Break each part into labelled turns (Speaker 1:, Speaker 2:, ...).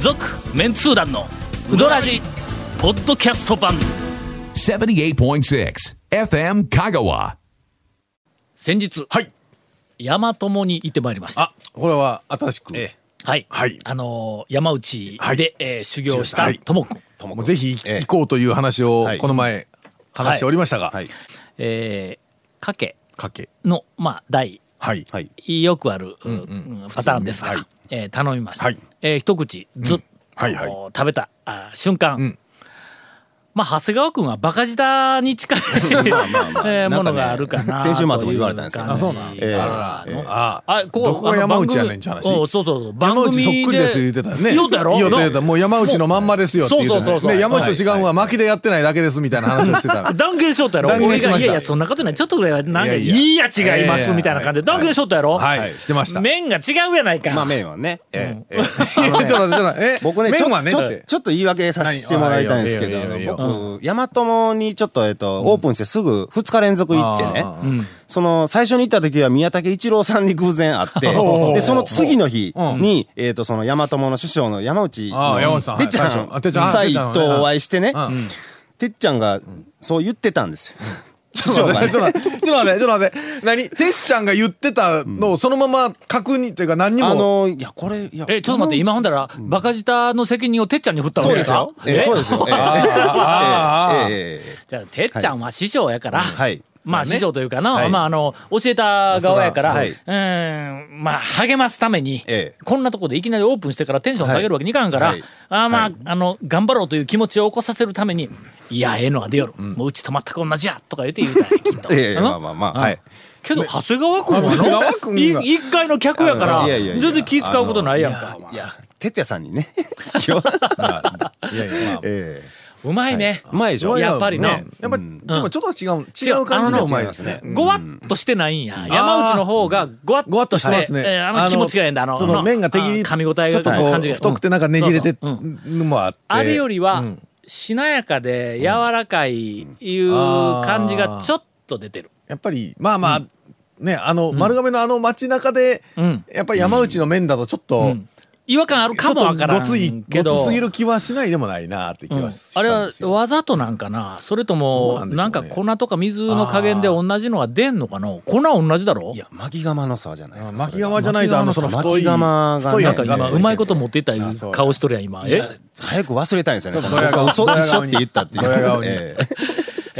Speaker 1: 続メンツー団のウドラジポッドキャスト版
Speaker 2: 78.6 FM Kagawa.
Speaker 1: 先日
Speaker 3: はい。
Speaker 1: 山友に行ってまいりました
Speaker 3: あ、これは新しく。
Speaker 4: え
Speaker 1: はい、
Speaker 3: はい
Speaker 1: あのー山内で、
Speaker 3: はい
Speaker 1: えー修行した
Speaker 3: はい
Speaker 1: ともくん、
Speaker 3: もうぜひ行こうという話を
Speaker 4: はい
Speaker 3: この前話しておりましたが、
Speaker 4: はい。
Speaker 1: えー、かけ
Speaker 3: かけ。
Speaker 1: のまあ代
Speaker 3: はい。
Speaker 4: はい。
Speaker 1: よくある、うんパターンですが、
Speaker 3: はい
Speaker 1: えー頼みました、
Speaker 3: はい
Speaker 1: えー一口ずっと、
Speaker 3: はいはい
Speaker 1: 食べたあー瞬間、
Speaker 3: ん
Speaker 1: まあ、長谷川君はバカ舌に 近い えーものがあるかな
Speaker 4: 先週末も言われたんですけどね
Speaker 1: という感
Speaker 4: あそうなん
Speaker 1: じが
Speaker 4: ええええ
Speaker 3: あ
Speaker 1: あこう
Speaker 3: どこが
Speaker 1: あの
Speaker 3: 山内やねんって話
Speaker 1: 番組おうそうそうそう番
Speaker 3: 山
Speaker 1: 組
Speaker 3: 内そっくりです言ってたよね。
Speaker 1: 言うたやろ
Speaker 3: 言うた言うたもう山内のまんまですよって言
Speaker 1: そうそうそううそう
Speaker 3: たね。で山内と違うのは巻きでやってないだけですみたいな話をしてた。
Speaker 1: 断言しとったやろ
Speaker 3: 断言しました
Speaker 1: 俺がいやいやそんなことないちょっとぐらいはなんかい
Speaker 3: いや
Speaker 1: い
Speaker 3: い
Speaker 1: や
Speaker 3: や
Speaker 1: 違いますみたいな感じで
Speaker 3: いやいや
Speaker 1: 断言しとったやろ、
Speaker 3: はい。してました。
Speaker 1: 面が違うやないか、
Speaker 4: まあ麺はね。 ええええ
Speaker 3: い
Speaker 4: あ
Speaker 3: や
Speaker 4: のね
Speaker 3: ちょっとちょっとえ
Speaker 4: 僕ね、ちょ
Speaker 3: 麺はね
Speaker 4: ちょ
Speaker 3: って
Speaker 4: ちょっと言い訳させてもらいたいんですけ
Speaker 3: 何あいいよいいよいいよ
Speaker 4: ど、僕、ヤマトモにちょっと、えっと、オープンしてすぐ2日連続行ってね
Speaker 3: あ、
Speaker 4: その、最初に行った時は宮武一郎さんに偶然会って、
Speaker 3: おー
Speaker 4: で、その次の日
Speaker 3: うん
Speaker 4: に、えっと、そのヤマトモの師匠の山内
Speaker 3: あー山内さんは
Speaker 4: の
Speaker 3: い
Speaker 4: てっちゃ
Speaker 3: 最初あてっちゃん
Speaker 4: ん、サイとお会いしてね
Speaker 3: う、ん
Speaker 4: てっちゃんがそう言ってたんですよ。師
Speaker 3: ち
Speaker 4: 匠
Speaker 3: ょっと
Speaker 4: が
Speaker 3: 待っ
Speaker 4: ね
Speaker 3: て、ちょっと待って、ちょっと待って、ちょっと待って。何てっちゃんが言ってたのをそのまま確認っていうか何に
Speaker 4: あ
Speaker 3: も。
Speaker 4: の、いや、これ、いや、
Speaker 1: えちょっと待って今ほんだらバカ舌の責任をてっちゃんに振ったわ
Speaker 4: そう
Speaker 1: け
Speaker 4: ですよ。
Speaker 1: え
Speaker 4: ええそうです よ。ええ
Speaker 3: あー
Speaker 4: ええええええ
Speaker 1: じゃあてっちゃんは師匠やから、
Speaker 4: はい
Speaker 1: まあ
Speaker 3: そうね
Speaker 1: 師匠というかな、
Speaker 3: はい
Speaker 1: まああの教えた側やから、
Speaker 4: そらはいう
Speaker 1: ーんまあ励ますために、
Speaker 4: ええ
Speaker 1: こんなとこでいきなりオープンしてからテンション下げるわけにいかんから、
Speaker 4: はい
Speaker 1: あーまあ、
Speaker 4: はい
Speaker 1: あの頑張ろうという気持ちを起こさせるために「いやええのは出よる、もううちと全く同じや」とか言うて言うたんやき っと。
Speaker 4: ええ
Speaker 1: うん
Speaker 4: まあまあまあはい
Speaker 1: けど長谷川君は
Speaker 3: 長谷川
Speaker 1: の
Speaker 3: 君が
Speaker 1: い一回の客やから
Speaker 4: いやいやい
Speaker 1: 全
Speaker 4: や
Speaker 1: 然気使うことないやんか
Speaker 4: あ。のいやいや哲也さん にね今日
Speaker 3: いやいやまあ
Speaker 4: え
Speaker 1: うまいね。
Speaker 4: えうまいでしょ
Speaker 1: やっぱりね
Speaker 3: やっぱ、でもちょっと違う、違う感じがうまいですね。
Speaker 1: ごわっとしてないんや。山内の方がごわっ
Speaker 3: ごわっ
Speaker 1: と
Speaker 3: と
Speaker 1: し
Speaker 3: しててますね。
Speaker 1: えーあの気持ちがええんだ。あの、
Speaker 3: そ
Speaker 1: あ
Speaker 3: の麺が適
Speaker 1: あ
Speaker 3: 宜、
Speaker 1: 噛み応え
Speaker 3: ちょっと
Speaker 1: が
Speaker 3: こ
Speaker 1: 感じ
Speaker 3: う、
Speaker 1: が。
Speaker 3: 太くて
Speaker 1: うん
Speaker 3: なんかねじれて
Speaker 1: そうそううん
Speaker 3: のもあって。
Speaker 1: あれよりは
Speaker 3: うん、
Speaker 1: しなやかで柔らかいいう感じがちょっと出てる。
Speaker 3: やっぱり、まあまあ、ね、あの、丸亀のあの街中で
Speaker 1: ん、
Speaker 3: やっぱり山内の麺だとちょっと、
Speaker 1: 違和感ある
Speaker 3: ち
Speaker 1: か
Speaker 3: ょっ
Speaker 1: もわか
Speaker 3: と
Speaker 1: ら
Speaker 3: ご
Speaker 1: ん
Speaker 3: つい、
Speaker 1: け
Speaker 3: ご
Speaker 1: ど。
Speaker 3: つすぎる気はしないでもないなって気
Speaker 1: うん
Speaker 3: はした
Speaker 1: あ
Speaker 3: ん
Speaker 1: れ
Speaker 3: です
Speaker 1: は
Speaker 3: よ。
Speaker 1: わざとなんかなそれと
Speaker 3: どう
Speaker 1: も
Speaker 3: なんでしょ
Speaker 1: な
Speaker 3: うね
Speaker 1: んか粉とか水の加減で同じのは出んのかな粉同じだろ
Speaker 4: いや巻き釜のさじゃないですか
Speaker 3: 巻き釜じゃないと、あの、その太い、
Speaker 4: 巻き釜が
Speaker 3: 太い
Speaker 1: な
Speaker 3: や
Speaker 1: ん
Speaker 3: つ
Speaker 1: か
Speaker 3: が
Speaker 1: 今
Speaker 3: あって。
Speaker 1: うまいこと持っていったいう顔しとるやん今。
Speaker 4: それがいや早く忘れたいんですよね
Speaker 3: ドヤ
Speaker 4: 僕
Speaker 3: 顔
Speaker 4: は嘘
Speaker 3: ドヤ顔に
Speaker 4: 一緒って言ったってい
Speaker 3: ドヤ顔
Speaker 4: う
Speaker 3: に
Speaker 4: え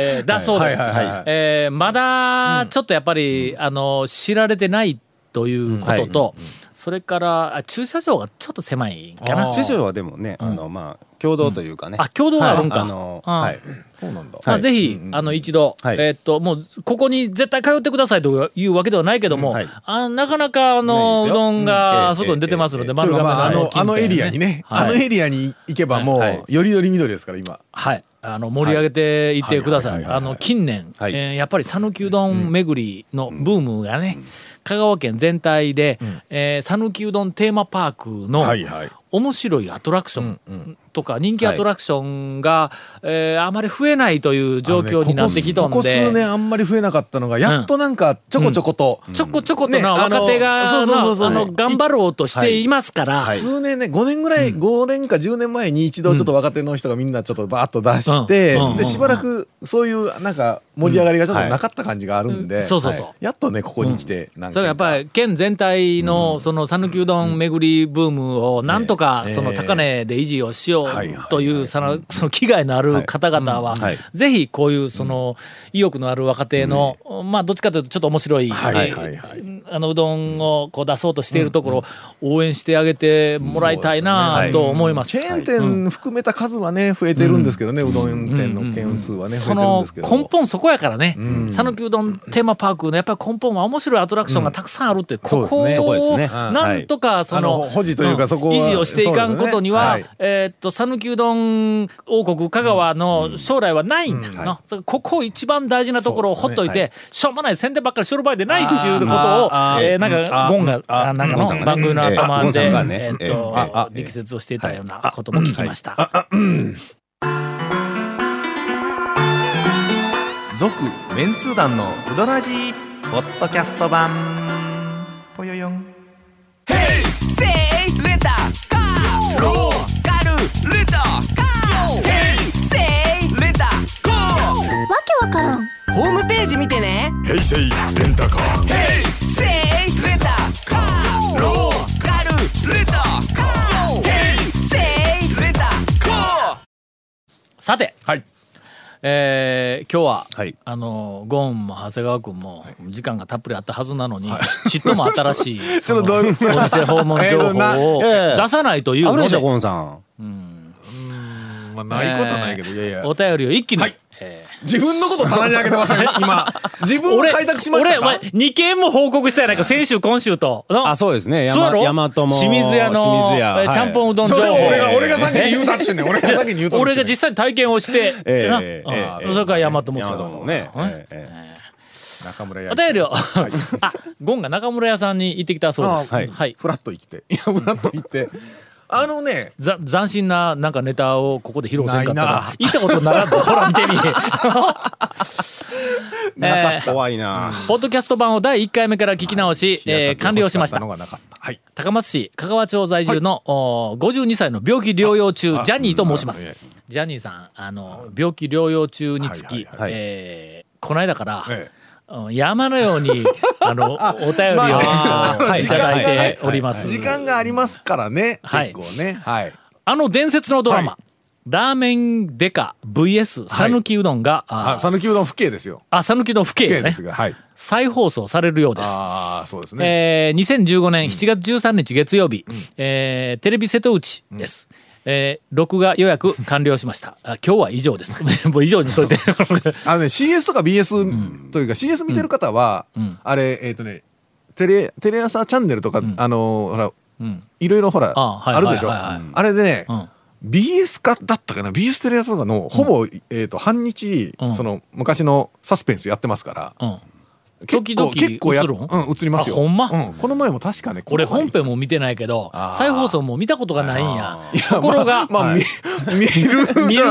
Speaker 1: えーだそうです。
Speaker 3: はいはいはいはい
Speaker 1: えーまだちょっとやっぱり、あの知られてないということと、それからあ駐車場がちょっと狭いかな。
Speaker 3: あ
Speaker 4: え
Speaker 3: ー
Speaker 4: 師匠はでもねあのまあ共同というかね
Speaker 1: あ共同があるんか
Speaker 4: はいあの
Speaker 1: あー
Speaker 4: はい
Speaker 3: そうなん
Speaker 1: ま
Speaker 3: だ。
Speaker 1: あ、
Speaker 4: はい
Speaker 1: ぜひ、あの一度、
Speaker 4: はい
Speaker 1: えーっともうここに絶対通ってくださいというわけではないけども、
Speaker 4: うんはい
Speaker 1: あなかなかあの
Speaker 4: ないうですよ
Speaker 1: どん
Speaker 4: うんえ
Speaker 1: が
Speaker 4: え
Speaker 1: あそこに出てますので、
Speaker 4: ええ
Speaker 1: 丸
Speaker 3: ま
Speaker 1: 亀
Speaker 3: あ、あの、あのエ
Speaker 1: 近辺
Speaker 3: リアにね、
Speaker 1: はい
Speaker 3: あのエリアに行けばも、
Speaker 4: はいう
Speaker 3: よりより緑ですから、今。
Speaker 1: はい、あの盛り上げていってくださ。
Speaker 3: はいいはいはいはい
Speaker 1: あの近年、
Speaker 4: はい
Speaker 1: えーやっぱり讃岐うどん巡りのブームがね、香川県全体でえー讃岐、うどんテーマパークの
Speaker 3: はいはい
Speaker 1: 面白いアトラクションとか人気アトラクションが、えーあまり増えないという状況になってきとん
Speaker 3: ここ数ここ数
Speaker 1: で。
Speaker 3: 年あんまり増えなかったのがやっとなんかちょこちょこと、
Speaker 1: ちょこちょこと
Speaker 3: ね
Speaker 1: な
Speaker 3: あの
Speaker 1: 若手が
Speaker 3: そうそうそう
Speaker 1: な
Speaker 3: そ
Speaker 1: あ
Speaker 3: う
Speaker 1: の頑張ろうとしていますから、
Speaker 3: 数年ね5年ぐらい、5年か10年前に一度ちょっと若手の人がみんなちょっとバーッと出して、
Speaker 1: うんうんうん
Speaker 3: でしばらくそういうなんか盛り上がりがちょっとなかった感じがあるんで、
Speaker 1: うんそうそうそう
Speaker 3: はいやっとねここに来てなん
Speaker 1: それ
Speaker 3: か、
Speaker 1: はやっぱり県全体のその讃岐うどん巡りブームをなんとか
Speaker 3: ええ
Speaker 1: その高値で維持をしよ
Speaker 3: はいはいうはい
Speaker 1: というそのその危害のある方々は
Speaker 4: はい
Speaker 1: ぜひこういうその意欲のある若手のまあどっちかというとちょっと面白い
Speaker 3: はいはいはいはい
Speaker 1: あのうどんをこう出そうとしているところを応援してあげてもらいたい
Speaker 3: そうです
Speaker 1: な
Speaker 3: ね
Speaker 1: と思います
Speaker 3: チ。ェーン店含めた数はね増えてるんですけどね、うどん店の件数はね、
Speaker 1: そ
Speaker 3: 増えてるん
Speaker 1: の
Speaker 3: ですけど
Speaker 1: 根本そこやからね讃岐うどんテーマパークのやっぱり根本は面白いアトラクションがたくさんあるってここ
Speaker 3: そうですねそ
Speaker 4: こです
Speaker 1: を
Speaker 4: ね
Speaker 1: なんとかその
Speaker 3: あの保持というか
Speaker 1: ん
Speaker 3: そこは
Speaker 1: 維持をしていかんことには
Speaker 3: そうですね
Speaker 1: えーっと讃岐うどん王国香川の将来はないんだ
Speaker 4: うんはい
Speaker 1: なそうここを一番大事なところをほっとい
Speaker 4: そう
Speaker 1: てしょうもない宣伝ばっかりしょる場合でないっていうことを
Speaker 3: あー
Speaker 1: えーなんか
Speaker 3: あー
Speaker 1: ゴンがあなんか
Speaker 4: ゴンさん
Speaker 1: の
Speaker 4: がね
Speaker 1: 番組の
Speaker 4: えー
Speaker 1: 頭
Speaker 4: ゴンさ
Speaker 1: で
Speaker 4: んがね
Speaker 1: えーっ
Speaker 4: えー
Speaker 1: と
Speaker 4: あ
Speaker 1: 力説をしていたようなことも聞きました。
Speaker 5: 続メンツー団のウドラジーポッドキャスト版ぽよよん
Speaker 6: レンタカーローホームページ見てね平成レンタカー平成レンタカーローカルレンタカー平成レンタカー
Speaker 1: さて、
Speaker 3: はい
Speaker 1: えー今日は、
Speaker 4: はい
Speaker 1: あのゴーンも長谷川君も時間がたっぷりあったはずなのに、ちっとも新しいそのお店訪問情報を
Speaker 4: えーなえー
Speaker 1: 出さないという
Speaker 4: ある
Speaker 1: の
Speaker 4: でし
Speaker 1: で
Speaker 4: ょ、ゴンさん。
Speaker 3: まあ、ないことはないけど、いやいや
Speaker 1: お便りを一気に、
Speaker 3: はい
Speaker 1: え
Speaker 3: 自分のこと棚に上げてません今自
Speaker 1: ー
Speaker 3: 分を開拓しました
Speaker 1: 俺
Speaker 3: か
Speaker 1: 俺2件も報告したやないか先週今週との
Speaker 4: あ、そうですね。
Speaker 1: そうや
Speaker 4: 山
Speaker 1: ろ
Speaker 4: 大和も。
Speaker 1: 清水屋の
Speaker 4: 清水屋
Speaker 1: えーちゃんぽんうどん情
Speaker 3: そ
Speaker 1: 報
Speaker 3: れを俺が
Speaker 4: えー
Speaker 3: 俺が先に言うたっちゅう ねん俺が先に言うたっちゅうね
Speaker 1: 俺
Speaker 3: ん
Speaker 1: が実際に体験をして、
Speaker 4: ええ
Speaker 1: な
Speaker 4: え
Speaker 1: うん
Speaker 4: えええ
Speaker 1: それから大和もち
Speaker 4: 大
Speaker 1: ろん
Speaker 4: 和もね。ええええ
Speaker 3: 中村や
Speaker 1: お便りを、あゴンが中村屋さんに行ってきたそうです。
Speaker 4: あ
Speaker 1: は、
Speaker 4: はいい
Speaker 3: フラッと生きていやフラッと生きてあのね
Speaker 1: ざ斬新ななんかネタをここで披露せんかった
Speaker 3: ない
Speaker 1: ら
Speaker 3: な
Speaker 1: 行ったことならん ぞほら見てみえ
Speaker 4: なか
Speaker 1: ー
Speaker 4: った怖いな。
Speaker 1: ポッドキャスト版を第1回目から聞き直し、えー完了しました
Speaker 3: のがなかったはい
Speaker 1: 高松市香川町在住の、おー52歳の病気療養中ジャニーと申します
Speaker 3: うんいやい
Speaker 1: ジャニーさんあの病気療養中につき、
Speaker 3: はいはい
Speaker 4: はい
Speaker 1: えーこの間から、
Speaker 3: え
Speaker 1: うん山のようにあ のお便りを、
Speaker 3: ま
Speaker 4: あ
Speaker 1: あの
Speaker 4: はい
Speaker 1: いただいております、
Speaker 3: 時間がありますからね
Speaker 1: はい
Speaker 3: 結構ねはい
Speaker 1: あの伝説のドラマ、
Speaker 3: は
Speaker 1: ラーメンデカ VS
Speaker 3: は
Speaker 1: さ
Speaker 3: い
Speaker 1: ぬきうどんが、あ
Speaker 3: あ讃岐うどん府警ですよ
Speaker 1: あさぬきうどん府
Speaker 3: 府
Speaker 1: 警
Speaker 3: 警で
Speaker 1: ね
Speaker 3: すがはい
Speaker 1: 再放送されるようです。
Speaker 3: ああそうですね
Speaker 1: えー2015年7月13日月曜日、えーテレビ瀬戸内です。えー録画予約完了しました。あ今日は以上 です。もう以上にしといて。
Speaker 3: あのね CS とか BS というか CS 見てる方はあれえっとねテレテレ朝チャンネルとかあのほらいろいろほら
Speaker 1: あはい
Speaker 3: あるでしょ
Speaker 1: はいはいはい
Speaker 3: あれでね
Speaker 1: うん
Speaker 3: BS かだったかな BS テレ朝とかのほぼえっと半日
Speaker 1: うん
Speaker 3: その昔のサスペンスやってますから
Speaker 1: うん、
Speaker 3: 結構
Speaker 1: 時々
Speaker 3: 結構や
Speaker 1: 映
Speaker 3: っ
Speaker 1: るん
Speaker 3: うん映りますよ
Speaker 1: あほんま
Speaker 3: うこの前も確かね
Speaker 1: 俺
Speaker 3: この前
Speaker 1: 本編も見てないけど
Speaker 3: あー
Speaker 1: 再放送も見たことがないんや
Speaker 3: いや
Speaker 1: ところが、
Speaker 3: まあ、まあみ 見 る
Speaker 1: 見る
Speaker 3: 見る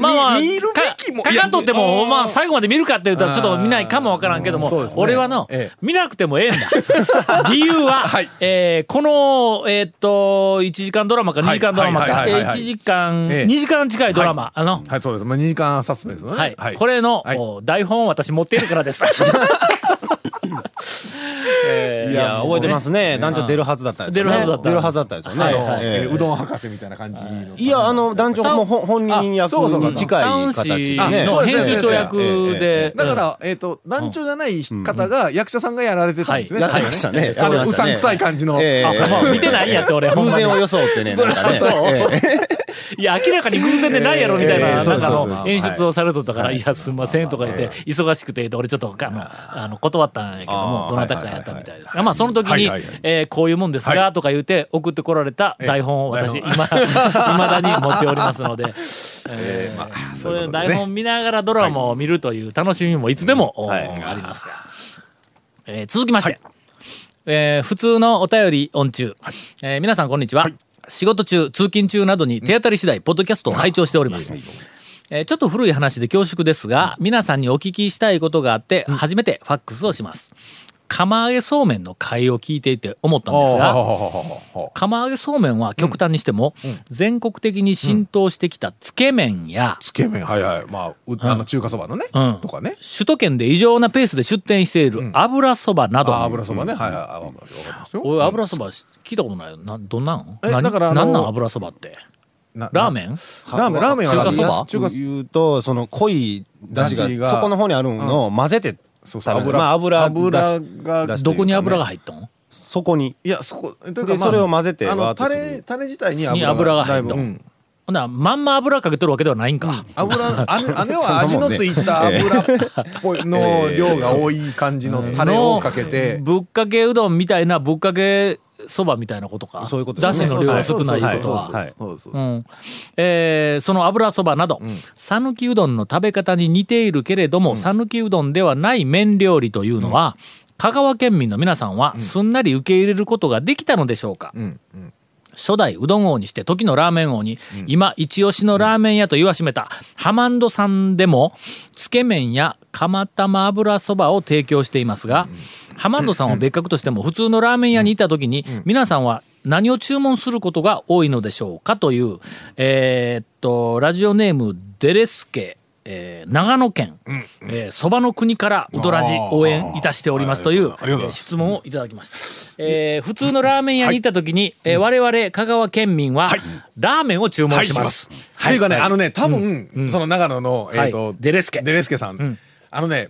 Speaker 1: まあまあ
Speaker 3: 見るべきも
Speaker 1: か
Speaker 3: い
Speaker 1: か
Speaker 3: や
Speaker 1: かんとっても
Speaker 3: うん
Speaker 1: まあ最後まで見るかって言うたらちょっと見ないかもわからんけども、
Speaker 3: うんそうですね
Speaker 1: 俺はの、
Speaker 3: ええ
Speaker 1: 見なくてもええんだ 理由は、
Speaker 3: はい
Speaker 1: えーこのえーっと1時間ドラマか2時間ドラマか、
Speaker 3: はいはいはいはいはい
Speaker 1: えー1時間、
Speaker 3: ええ
Speaker 1: 2時間近いドラマ、あの
Speaker 3: はいそうですまあ2時間サスペンスのね
Speaker 1: はい、これの、
Speaker 3: はい
Speaker 1: お台本を私持っているからです。えー
Speaker 4: いや、覚えてますね。団長出るはずだったんですよね。
Speaker 1: 出るはずだった
Speaker 4: 出るはずだったんですよね。
Speaker 3: あの
Speaker 1: はい
Speaker 3: え
Speaker 4: え
Speaker 3: ー
Speaker 4: え
Speaker 3: うどん博士みたいな感じの
Speaker 4: いや、あの、団長もほ本人 役
Speaker 3: あそうそう
Speaker 4: に近
Speaker 1: タウ
Speaker 4: い
Speaker 1: ン
Speaker 4: 形
Speaker 1: 誌
Speaker 4: でね。
Speaker 1: の
Speaker 3: そうです
Speaker 1: 編集長役
Speaker 4: ええええ
Speaker 1: で、
Speaker 3: だからえっと団長じゃない方が役者さんがやられてたんですね
Speaker 1: は
Speaker 4: や
Speaker 1: い
Speaker 4: ってましたね。
Speaker 1: はい
Speaker 4: やって
Speaker 3: う
Speaker 4: まし
Speaker 3: さ
Speaker 4: た
Speaker 3: ん
Speaker 4: ね
Speaker 3: くさい感じの
Speaker 4: ええ
Speaker 1: あほんま見てないんやって俺ほんま
Speaker 4: 偶
Speaker 1: に
Speaker 4: 然を装ってね、なんかね。
Speaker 1: いや明らかに偶然でないやろみたい
Speaker 4: え
Speaker 1: な
Speaker 4: えそう
Speaker 1: な
Speaker 4: で
Speaker 1: んかあ
Speaker 4: すそうです
Speaker 1: の演出をされとったから「いやすんません」とか言って忙しくて俺ちょっとあのあの断ったんやけども
Speaker 4: あー
Speaker 1: どなたかやったみたいですがまあその時に
Speaker 3: はいはいはい
Speaker 1: 「えーこういうもんです
Speaker 3: は
Speaker 1: が」とか言って送ってこられた台本を私
Speaker 3: ええ
Speaker 1: 今 未だに持っておりますので
Speaker 3: えーまあ
Speaker 1: そ
Speaker 3: そういう
Speaker 1: れ
Speaker 3: ことで
Speaker 1: 台
Speaker 3: ね
Speaker 1: 本見ながらドラマを見るという楽しみもいつでもお
Speaker 4: はい
Speaker 1: ありますがえー続きましてえー普通のお便り音中、えー皆さんこんにちは、仕事中通勤中などに手当たり次第ポッドキャストを拝聴しております、えーちょっと古い話で恐縮ですが、皆さんにお聞きしたいことがあって初めてファックスをします釜揚げそうめんの会を聞いていて思ったんです
Speaker 3: あ
Speaker 1: が
Speaker 3: ー
Speaker 1: 釜揚げそうめんは極端にしても、全国的に浸透してきたつけ麺や、
Speaker 3: つけ麺はいはいまあうあの中華そばのね
Speaker 1: うん
Speaker 3: とかね
Speaker 1: 首都圏で異常なペースで出店している油そばなど、
Speaker 3: あー油そばねはいはいあわかりますよ
Speaker 1: 俺油そば聞いたことないよなどんなん
Speaker 3: え
Speaker 1: 何
Speaker 3: だからあ
Speaker 1: な
Speaker 3: の
Speaker 1: んなん油そばって
Speaker 3: な
Speaker 1: ラーメン
Speaker 3: ラーメンラーメンは
Speaker 1: 中華
Speaker 3: ラーメン
Speaker 1: そば
Speaker 4: 中華言うとその濃い出
Speaker 3: 出
Speaker 4: 汁
Speaker 3: 汁
Speaker 4: が
Speaker 3: が
Speaker 4: そこの方にあるのを混ぜて
Speaker 3: そう
Speaker 4: 食
Speaker 3: そう
Speaker 4: べる
Speaker 3: 油
Speaker 4: まあ油
Speaker 3: 油
Speaker 4: 出汁
Speaker 3: が
Speaker 4: 出汁
Speaker 1: ど
Speaker 4: というかね
Speaker 1: こに油が入っとん
Speaker 4: そこに
Speaker 3: いやそこえという
Speaker 4: でそれを混ぜて
Speaker 3: あ
Speaker 4: ワー
Speaker 3: の
Speaker 4: ッと
Speaker 3: タ
Speaker 4: する
Speaker 3: レタレ自体に
Speaker 1: に油
Speaker 3: 油
Speaker 1: が
Speaker 3: がだ
Speaker 1: 入
Speaker 3: い
Speaker 1: っ
Speaker 3: ぶ
Speaker 1: と
Speaker 3: うんん
Speaker 1: ほんならまんま油かけとるわけではないんか、
Speaker 3: 油あ のあれ
Speaker 4: そん
Speaker 3: は
Speaker 4: な
Speaker 3: 味
Speaker 4: も
Speaker 3: の
Speaker 4: んね
Speaker 3: ついた油っぽい の量が多い感じのタレをかけて
Speaker 1: ぶっかけうどんみたいなぶっかけそばみたいなことか
Speaker 4: そういうこと
Speaker 1: だ
Speaker 4: で
Speaker 1: し
Speaker 4: すね
Speaker 1: の量が少ない
Speaker 4: は
Speaker 1: いうことは
Speaker 4: はい
Speaker 3: そうそうそ
Speaker 1: う
Speaker 3: うそうそうん
Speaker 1: えーその油そばなど讃岐、うどんの食べ方に似ているけれども讃岐、うどんではない麺料理というのは、香川県民の皆さんはすんなり受け入れることができたのでしょうか、
Speaker 3: ん
Speaker 1: 初代うどん王にして時のラーメン王に、今一押しのラーメン屋と言わしめたハマンドさんでもつけ麺や釜玉油そばを提供していますが、ハマンドさんは別格としても普通のラーメン屋にいた時に、皆さんは何を注文することが多いのでしょうかというえーっとラジオネームデレスケええー長野県そば、えー蕎麦の国からウドラジ応援いたしておりますというえー質問をいただきました、えー普通のラーメン屋に行った時に、えー我々香川県民は、ラーメンを注文します、
Speaker 3: っていうかね、あのね、多分、その長野の、えっ、と、
Speaker 1: はいデレスケ
Speaker 3: デレスケさん。あのね、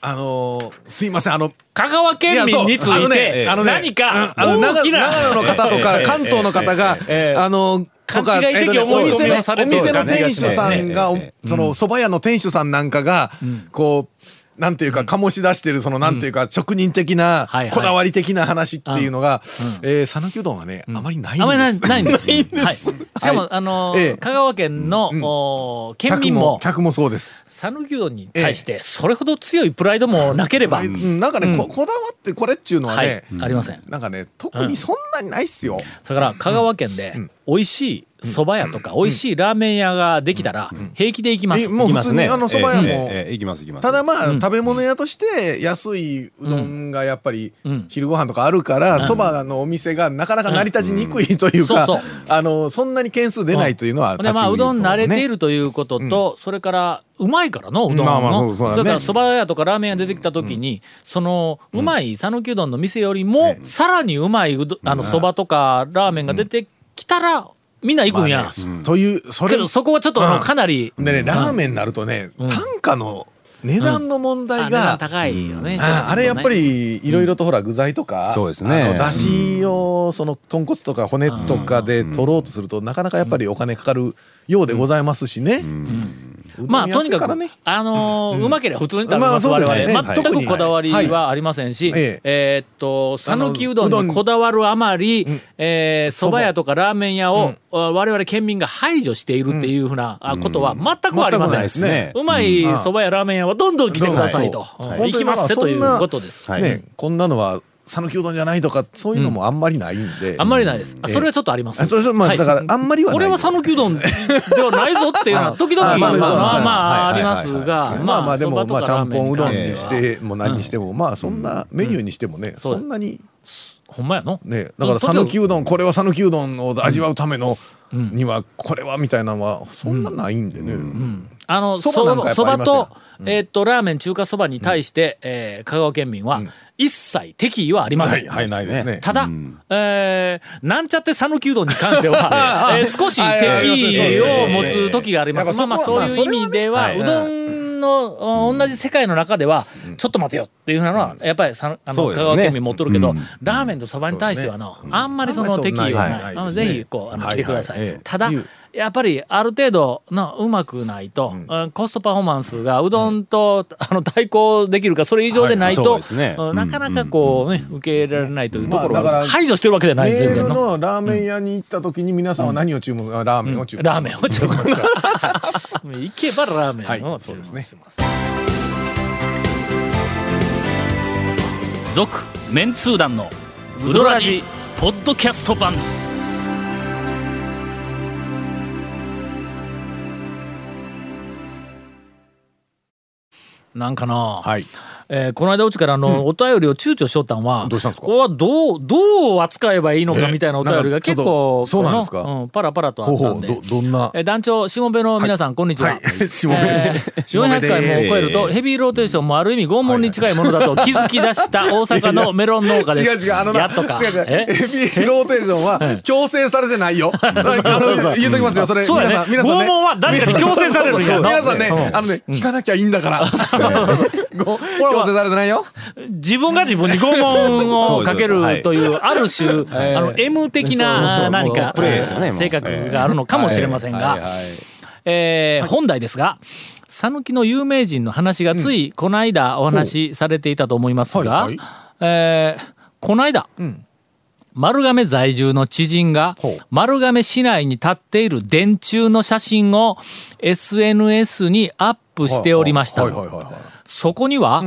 Speaker 3: あのーすいません、あの、
Speaker 1: 香川県民につ
Speaker 3: やそうあの
Speaker 1: いて
Speaker 3: ねあのね
Speaker 1: 何か
Speaker 3: あの
Speaker 1: 大
Speaker 3: 長
Speaker 1: きな
Speaker 3: 長野の 方とか、関東の方が、
Speaker 1: ええ
Speaker 3: あのとか
Speaker 1: 勘違い的
Speaker 3: えっとね
Speaker 1: 思い込みを
Speaker 3: お店の
Speaker 1: されて
Speaker 3: お
Speaker 1: そう
Speaker 3: 店
Speaker 1: な
Speaker 3: の
Speaker 1: 感じが
Speaker 3: 店
Speaker 1: します
Speaker 3: 主
Speaker 1: ね
Speaker 3: さんが、おその蕎麦屋の店主さんなんかが、こうなんていうか醸し出してるそのなんていうか職人的
Speaker 1: は
Speaker 3: な
Speaker 1: いはい
Speaker 3: こだわり的な話っていうのが、えー讃岐うどんはねあまりないんです。
Speaker 1: あまりないないんです
Speaker 3: ないんです
Speaker 1: はい、しかも、
Speaker 3: はい
Speaker 1: あのー
Speaker 3: ええ
Speaker 1: 香川県の、おー県民も
Speaker 3: 客も客もそうです。
Speaker 1: 讃岐うどんに対してそれほど強いプライドもなけれ ば、
Speaker 3: うんなんかね、ここだわってこれっちゅうのは
Speaker 1: はい
Speaker 3: ね、
Speaker 1: ありません
Speaker 3: なんかね特にそんなにないっすよ。
Speaker 1: だから香川県で美味しい蕎麦屋とか美味しいラーメン屋ができたら平気で行きます、
Speaker 3: えもう
Speaker 4: 行き
Speaker 3: 普
Speaker 4: ます
Speaker 3: 通に
Speaker 4: ね。
Speaker 3: あの蕎麦屋も
Speaker 4: ええええええ行きます行きます。
Speaker 3: ただまあ、食べ物屋として安いうどんがやっぱり昼ご飯とかあるからそば、蕎麦のお店がなかなか成り立ちにくいというか、
Speaker 1: うんそうそ
Speaker 3: あのそんなに件数出ないというのは
Speaker 1: でまあうどん慣れてい
Speaker 3: る
Speaker 1: るということと、それからうまいからのうどんの、
Speaker 3: まあまあそうそうだね
Speaker 1: れからそば屋とかラーメン屋出てきた時に、そのうまい讃岐うどんの店よりも、さらにうまいうどあのそばとかラーメンが出てきたら、みんな行くんや、
Speaker 3: というそ
Speaker 1: け
Speaker 3: れ
Speaker 1: どそこはちょっとあのかなり、
Speaker 3: でねラーメンになるとね、単価の値段の問
Speaker 1: あ
Speaker 3: 題
Speaker 1: 値段
Speaker 3: が、
Speaker 1: 高いよね、ちょっとね
Speaker 3: ああれやっぱりいろいろとほら具材とか、
Speaker 4: そうですね
Speaker 3: あのだしをその豚骨とか骨とかで取ろうとするとなかなかやっぱりお金かかるようでございますしね。うどん
Speaker 1: まあと
Speaker 3: 安
Speaker 1: に
Speaker 3: い
Speaker 1: か
Speaker 3: ら
Speaker 1: く、
Speaker 3: ね
Speaker 1: あのーうまければ普通に食べ
Speaker 3: ま
Speaker 1: ま
Speaker 3: あ
Speaker 1: す、
Speaker 3: そうです
Speaker 1: 我
Speaker 3: ね
Speaker 1: 々、
Speaker 3: はい
Speaker 1: 全く
Speaker 3: 特に
Speaker 1: こだわりはありませんし、
Speaker 3: はいえ
Speaker 1: えー
Speaker 3: え
Speaker 1: っと
Speaker 3: あの
Speaker 1: 讃岐うどんにこだわるあまりえーそば、屋とかラーメン屋を、あ我々県民が排除しているっていうふうなあことは全くありません、
Speaker 3: 全くないですね
Speaker 1: うまいそば屋ラーメン屋はどんどん来てくださいと、
Speaker 3: うん
Speaker 1: うん行きますということです、
Speaker 4: はい
Speaker 3: ね、こんなのは讃岐うどんじゃないとかそういうのもあんまりないんで、
Speaker 1: あんまりないです、あ
Speaker 3: ええ
Speaker 1: それはちょっとあります、
Speaker 3: あそれそれまあ
Speaker 1: い
Speaker 3: だからあんまりはない
Speaker 1: これは讃岐うどんではないぞっていうのは時々ま
Speaker 3: あ
Speaker 1: あまあ
Speaker 3: そうです
Speaker 1: まあまああ
Speaker 4: は
Speaker 1: り
Speaker 4: い
Speaker 1: ますが
Speaker 3: まあまあで
Speaker 1: そば
Speaker 3: も
Speaker 1: と
Speaker 3: まあ
Speaker 1: か
Speaker 3: ちゃ
Speaker 1: ラー
Speaker 3: ん
Speaker 1: メン
Speaker 3: ぽんうどんに
Speaker 1: 関
Speaker 3: し
Speaker 1: しては
Speaker 3: ても何にしても、まあそんなメニューにしてもね、
Speaker 1: そう
Speaker 3: そ
Speaker 1: だ
Speaker 3: んなに
Speaker 1: ほんまやの
Speaker 3: ねだから讃岐うどんこれは讃岐うどんを味わうためのにはこれはみたいなのはそんなないんでね、
Speaker 1: あのそ
Speaker 3: そばなんか
Speaker 1: ば
Speaker 3: やっぱ
Speaker 1: そば
Speaker 3: ありますよ
Speaker 1: と,、えーっとラーメン中華そばに対して、えー香川県民は、一切敵意はありません、
Speaker 4: いないです
Speaker 3: ね
Speaker 1: ただ、えーなんちゃって讃岐うどんに関しては、えー少し敵意を持つ時があります。まあまあそういう意味では、うどんの同じ世界の中では、ちょっと待てよっていうふうなのは、やっぱりさあ
Speaker 4: そ
Speaker 1: の
Speaker 4: うで
Speaker 1: 香
Speaker 4: すね
Speaker 1: 川県民持っとるけど、ラーメンとそばに対してはの、あんまりその敵意は
Speaker 3: あんまりそ
Speaker 1: な。
Speaker 3: うないい
Speaker 1: あの
Speaker 3: ないです
Speaker 1: ぜ
Speaker 3: ね
Speaker 1: ひこうあの
Speaker 3: はい
Speaker 1: 来てくださ
Speaker 3: はい
Speaker 1: い
Speaker 3: え。え
Speaker 1: ただ
Speaker 3: いう
Speaker 1: やっぱりある程度のうまくないと、うんコストパフォーマンスがうどんとあの対抗できるかそれ以上でない
Speaker 4: はいそ
Speaker 1: と
Speaker 4: うですね
Speaker 1: うんなかなかこうね受け入れられないというところ
Speaker 3: まあだか
Speaker 1: を
Speaker 3: ら
Speaker 1: 排除してるわけではない
Speaker 3: メ
Speaker 1: 全
Speaker 3: ー
Speaker 1: 然
Speaker 3: ル
Speaker 1: の。
Speaker 3: のラーメン屋に行った時に皆さんは何を注文、あラーメンを注文
Speaker 1: ラーメンを注文する。 行けばラーメン
Speaker 3: は
Speaker 1: を
Speaker 3: い
Speaker 1: 注
Speaker 3: そう
Speaker 1: 文
Speaker 3: で
Speaker 1: し
Speaker 3: すね
Speaker 1: ます。続、メンツー団のウドラジポッドキャスト版。なんかな、
Speaker 3: はい
Speaker 1: えーこの間うちからあの、お便りを躊躇しとったんは
Speaker 3: どうしたんですか
Speaker 1: ここはどうどう扱えばいいのかみたいなお便りが結構
Speaker 3: えなんかちょっとそうなんですか
Speaker 1: このうん、パラパラとあ
Speaker 3: ほう
Speaker 1: った
Speaker 3: ほ
Speaker 1: ん
Speaker 3: う
Speaker 1: で
Speaker 3: どどんな
Speaker 1: えー団長しもべの皆さん、こんにちは、
Speaker 3: しもべで
Speaker 1: え
Speaker 3: す、
Speaker 1: ー400回も超えるとヘビーローテーションもある意味拷問に近いものだと気づき出した大阪のメロン農家です
Speaker 3: 違う違う、あのな、
Speaker 1: やっとか
Speaker 3: 違う違う、
Speaker 1: え
Speaker 3: エビローテーションは強制されてない よ。あの言うときますよ、それ。
Speaker 1: そうやね
Speaker 3: 皆さん、皆さん、
Speaker 1: 拷問は誰かに強制されるんや
Speaker 3: そうそうそう
Speaker 1: な
Speaker 3: 皆さんね
Speaker 1: う、ん
Speaker 3: あのね、聞かなきゃいいん だから。 ご強制されてないよ。
Speaker 1: 自分が自分に拷問をかけるというある種、あの M 的な何か
Speaker 4: プレイですよねもう
Speaker 1: 性格があるのかもしれません
Speaker 4: はい
Speaker 1: が
Speaker 4: はい
Speaker 1: えー本題ですが讃岐の有名人の話がついこの間お話しされていたと思いますが、
Speaker 3: はいはい
Speaker 1: えーこの間、丸亀在住の知人が
Speaker 3: ほう
Speaker 1: 丸亀市内に立っている電柱の写真を SNS にアップしておりました
Speaker 3: はいはいはいはいは
Speaker 1: そこには、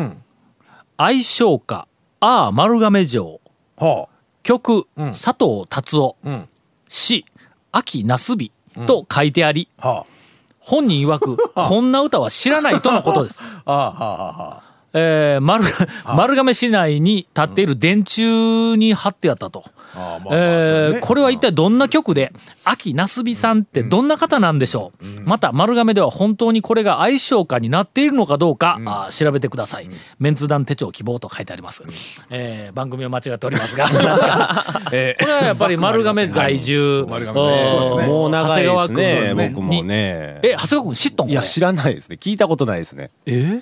Speaker 1: 愛称歌「ああ丸亀城」
Speaker 3: い。は
Speaker 1: 曲、佐藤達夫、詩秋なすびと書いてあり、
Speaker 3: あ。は
Speaker 1: 本人曰くこんな歌は知らないとのことです。
Speaker 3: あ。ああはあはあはあ。
Speaker 1: えー丸丸亀市内に立っている電柱に貼ってあったと。
Speaker 3: ああまあまあ
Speaker 1: え
Speaker 3: そ
Speaker 1: ー
Speaker 3: ね
Speaker 1: これは一体どんな曲で、秋なすびさんってどんな方なんでしょう、また丸亀では本当にこれが相性歌になっているのかどうか、あー調べてください、メンツ団手帳希望と書いてあります、えー番組を間違っており ますがなんか
Speaker 3: え
Speaker 1: これはやっ ぱり丸亀在住、
Speaker 3: はいそう丸亀ね
Speaker 1: そう
Speaker 4: もう長いです
Speaker 1: 長谷
Speaker 4: ね
Speaker 1: 川君
Speaker 4: 僕
Speaker 1: に
Speaker 4: もね
Speaker 1: え長谷川君知っとんこ
Speaker 4: い
Speaker 1: れ
Speaker 4: や知らないですね聞いたことないですね
Speaker 1: えーも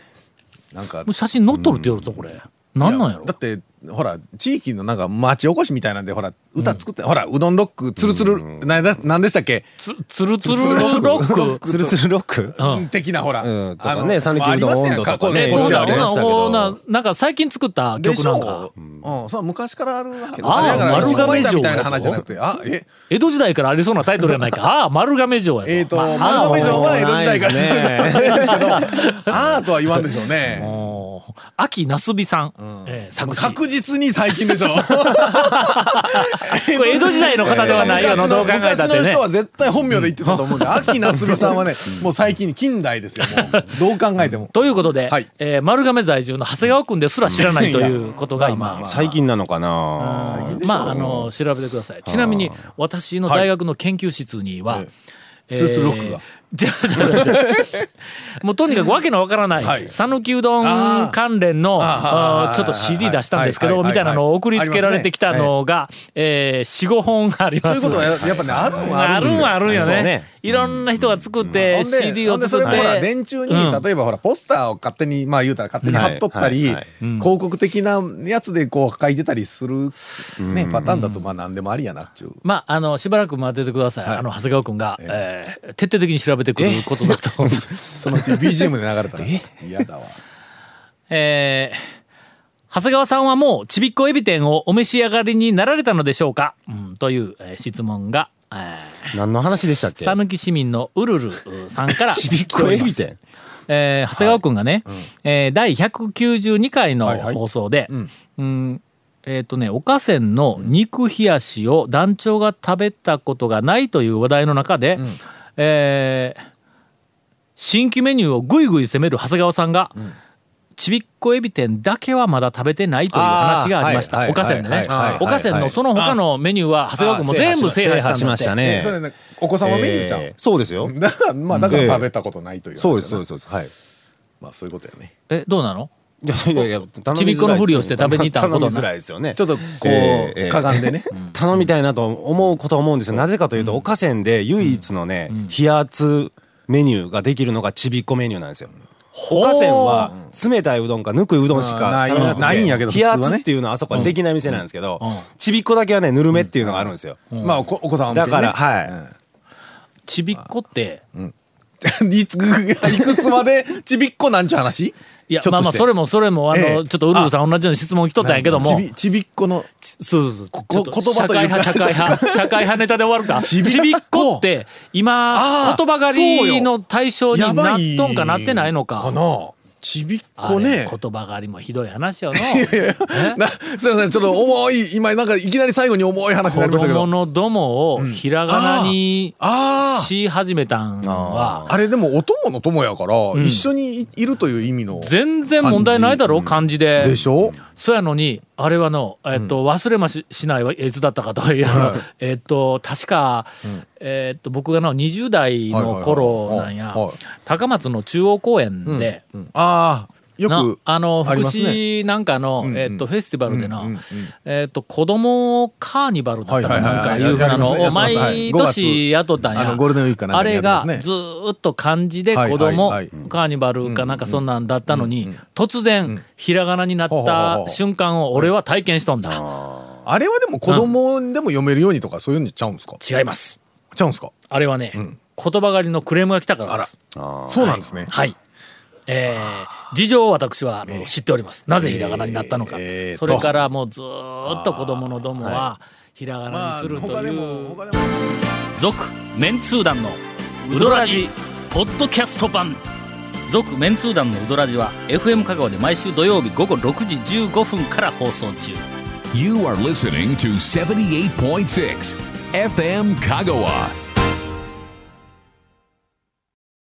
Speaker 3: ーなんか
Speaker 1: う写真載っとるって言うとこれ、なんなんやろ
Speaker 3: だってほら地域のなんか町おこしみたいなんでほら歌作って、ほらうどんロックつるつるなだなんでしたっけ
Speaker 1: つつるつるロック
Speaker 4: ツルツルロック
Speaker 1: うん
Speaker 3: 的なほら、
Speaker 4: うんとか
Speaker 3: の
Speaker 4: ね讃岐うどん
Speaker 3: まあありますや
Speaker 4: 温度とか
Speaker 3: こう
Speaker 4: ね
Speaker 1: え
Speaker 3: こっちは
Speaker 4: ね
Speaker 3: ね
Speaker 1: ほな
Speaker 4: こっちは
Speaker 1: ほなほななんか最近作った
Speaker 3: で
Speaker 1: 曲
Speaker 3: し
Speaker 1: な
Speaker 3: ょ
Speaker 1: んか
Speaker 3: う、うんそう昔からある話だ
Speaker 1: ああ
Speaker 3: から
Speaker 1: 丸
Speaker 3: 一
Speaker 1: 亀
Speaker 3: 番前だみた
Speaker 1: 城や
Speaker 3: いな
Speaker 1: ぞ
Speaker 3: 話じゃなくてあえ
Speaker 1: 江戸時代からありそうなタイトルやないか ああ丸亀城やぞ
Speaker 3: えーと
Speaker 1: まあ
Speaker 3: 丸亀城は江戸時代から
Speaker 4: ら
Speaker 3: ああとは言わんでしょうね
Speaker 1: おー秋なすびさん、えー作詞
Speaker 3: 確実に最近でしょ
Speaker 1: これ江戸時代の方ではないよな、ど
Speaker 3: 昔の
Speaker 1: う考えたっ
Speaker 3: 昔
Speaker 1: て
Speaker 3: の
Speaker 1: ね
Speaker 3: 人は絶対本名で言ってたと思うんで、秋夏美さんはね、もう最近近代ですよ、もう。どう考えても。
Speaker 1: ということで、
Speaker 3: はい
Speaker 1: えー丸亀在住の長谷川君ですら知らないということが今、
Speaker 4: 最近なのかな
Speaker 1: まああの調べてくださいちなみに私の大学の研究室には、え
Speaker 3: ツルツルロックが
Speaker 1: じゃあじゃあじゃあもうとにかくわけのわからな
Speaker 3: はいい
Speaker 1: 讃岐、うどん関連の
Speaker 3: あー
Speaker 1: あーちょっと CD 出したんですけど
Speaker 3: はいはい
Speaker 1: みたいなのを送りつけられてきたのが、えー45本あり
Speaker 3: と
Speaker 1: ま
Speaker 3: いう
Speaker 1: す
Speaker 3: ことはや、やっぱね、あるんは
Speaker 1: あ
Speaker 3: あるん
Speaker 1: るん
Speaker 3: ですよ。
Speaker 1: はあるんよね
Speaker 4: そうね
Speaker 1: いろんな人が作って
Speaker 3: ほんで
Speaker 1: CD を
Speaker 3: ほんでそ
Speaker 1: 作
Speaker 3: れ
Speaker 1: っ
Speaker 3: もほら
Speaker 1: て
Speaker 3: 電柱
Speaker 1: うん
Speaker 3: に例えばほらポスターを勝手にまあ言うたら勝手に貼っとったり
Speaker 4: はいはい
Speaker 3: 広告的なやつでこう書いてたりするねパターンだとまあ何でもありやなっちゅう
Speaker 1: まあ、あの、しばらく待っててください。あの、長谷川くんが、えー徹底的に調べてくることだと 思う。
Speaker 3: そのうち BGM で流れたら嫌だわ
Speaker 1: えー長谷川さんはもうちびっこエビ天をお召し上がりになられたのでしょうか、うん、という、えー質問が、えー
Speaker 4: 何の話でしたっけ
Speaker 1: 讃岐市民のうるるうさんから
Speaker 4: ちびっこエビ天
Speaker 1: えー長谷川君がね、えー第192回の放送で、うんえっ、とね岡川の肉冷やしを団長が食べたことがないという話題の中で、えー新規メニューをぐいぐい攻める長谷川さんが、ちびっこエビ天だけはまだ食べてないという話がありました
Speaker 4: あー
Speaker 1: 岡川で
Speaker 4: は
Speaker 1: ね
Speaker 4: いはいはい
Speaker 1: 岡川のその他のメニューは長谷川君も全部制覇したんだって
Speaker 4: しましたね
Speaker 3: それねお子様メニューちゃ
Speaker 4: えー
Speaker 3: ん
Speaker 4: そうですよ
Speaker 3: だからまあだから食べたことないという話だ
Speaker 4: そ
Speaker 3: な
Speaker 4: うですそうですそうですはい
Speaker 3: まあそういうことやね
Speaker 1: えどうなの
Speaker 4: いやいやいや頼みづらいですよ
Speaker 1: ちびっこのふりをして食べに行ったことな
Speaker 4: 頼みづらいですよね
Speaker 3: ちょっとこ
Speaker 4: えーえ
Speaker 3: う
Speaker 4: ー
Speaker 3: かがんでね
Speaker 4: 頼みたいなと思うことは思うんですよなぜかというと岡線で唯一のね冷圧メニューができるのがちびっこメニューなんですよ岡線は冷たいうどんかぬくいうどんし
Speaker 3: あ
Speaker 4: か
Speaker 3: ー
Speaker 4: 食べなくて
Speaker 3: ないないんやけど
Speaker 4: 冷
Speaker 3: 普通は
Speaker 4: 圧
Speaker 3: ね
Speaker 4: っていうのはあそこはできない店なんですけど
Speaker 1: うんうん
Speaker 4: ちびっこだけはねぬるめっていうのがあるんですよ
Speaker 3: まあお子お子様向
Speaker 4: だ
Speaker 3: けね
Speaker 4: からはい
Speaker 1: ちびっこって、
Speaker 3: いつ いくつまでちびっこなんちゅう話
Speaker 1: いや
Speaker 3: ひょっ
Speaker 1: まあ
Speaker 3: と
Speaker 1: まあ
Speaker 3: して
Speaker 1: それもそれもあの、
Speaker 3: え
Speaker 1: ち
Speaker 3: え
Speaker 1: ょっとウルフさん同じような質問来とったんやけども
Speaker 3: ちびちびっこの
Speaker 1: ちそうそうそう
Speaker 3: こ
Speaker 1: ちょっ
Speaker 3: 言葉
Speaker 1: 社
Speaker 3: とい
Speaker 1: 会
Speaker 3: うか
Speaker 1: 派社会派社会派ネタで終わるかち
Speaker 3: ちびっこ
Speaker 1: びっこって今
Speaker 3: あー
Speaker 1: 言葉
Speaker 3: そう
Speaker 1: 狩り
Speaker 3: よ
Speaker 1: の対象に
Speaker 3: やば
Speaker 1: なっ
Speaker 3: い
Speaker 1: とんかなってないのか
Speaker 3: かなちびっ
Speaker 1: あれ
Speaker 3: こね
Speaker 1: 言葉狩りもひどい話よのえ
Speaker 3: なすいませんちょっと重い今なんかいきなり最後に重い話にな
Speaker 1: 子
Speaker 3: りましたけ
Speaker 1: 供
Speaker 3: ど
Speaker 1: のどもをひらがなに
Speaker 3: あー
Speaker 1: し始めたんは
Speaker 3: あれでもお供の友やから一緒にいいるという意味の
Speaker 1: 全然問題ないだろ漢字で
Speaker 3: でしょ
Speaker 1: そやのにあれはの、えっと忘れまししないはいつだったかという、あのえっと確か、えっと僕がの20代の頃なんや、
Speaker 3: はいはいはいはい
Speaker 1: 高松の中央公園で、
Speaker 3: ああよ
Speaker 1: な
Speaker 3: く
Speaker 1: あの
Speaker 3: あり
Speaker 1: 福
Speaker 3: ますね
Speaker 1: 祉なんかの、
Speaker 3: ん
Speaker 1: えっとフェスティバルでの、
Speaker 3: うんうんうん
Speaker 1: えっと子供カーニバルだったか
Speaker 3: はいはい
Speaker 1: なんか
Speaker 3: はい
Speaker 1: いうふうなの
Speaker 3: や
Speaker 1: を
Speaker 3: りますね
Speaker 1: 毎
Speaker 3: やってますね
Speaker 1: 年やっとったんや
Speaker 3: あのゴールデンウィークかなん
Speaker 1: あ
Speaker 3: かにや
Speaker 1: れ
Speaker 3: ってま
Speaker 1: が
Speaker 3: すね
Speaker 1: ずーっと漢字で子供
Speaker 3: はいはいは
Speaker 1: カーニバルかなんかそんなんだったのに突然ひらがなになっ
Speaker 3: ほうほうほうほ
Speaker 1: た
Speaker 3: う
Speaker 1: 瞬間を俺は体験しとんだ
Speaker 3: あれはでも子供でも読めるようにとかそういうのちゃうんですか
Speaker 1: 違います
Speaker 3: ちゃうんですか
Speaker 1: あれはね言葉狩りのクレームが来たからです
Speaker 3: そうなんですね
Speaker 1: はいえー事情を私はあの知っておりますなぜひらがなになったのか
Speaker 3: えー
Speaker 1: それからもうずーっと子供のどもはひらがなにすると
Speaker 3: 他で
Speaker 1: いう
Speaker 3: も他でも
Speaker 1: 続メンツー団のウドラジポッドキャスト版続メンツー団のウドラジは FM 香川で毎週土曜日午後6時15分から放送中
Speaker 2: You are listening to 78.6 FM Kagawa.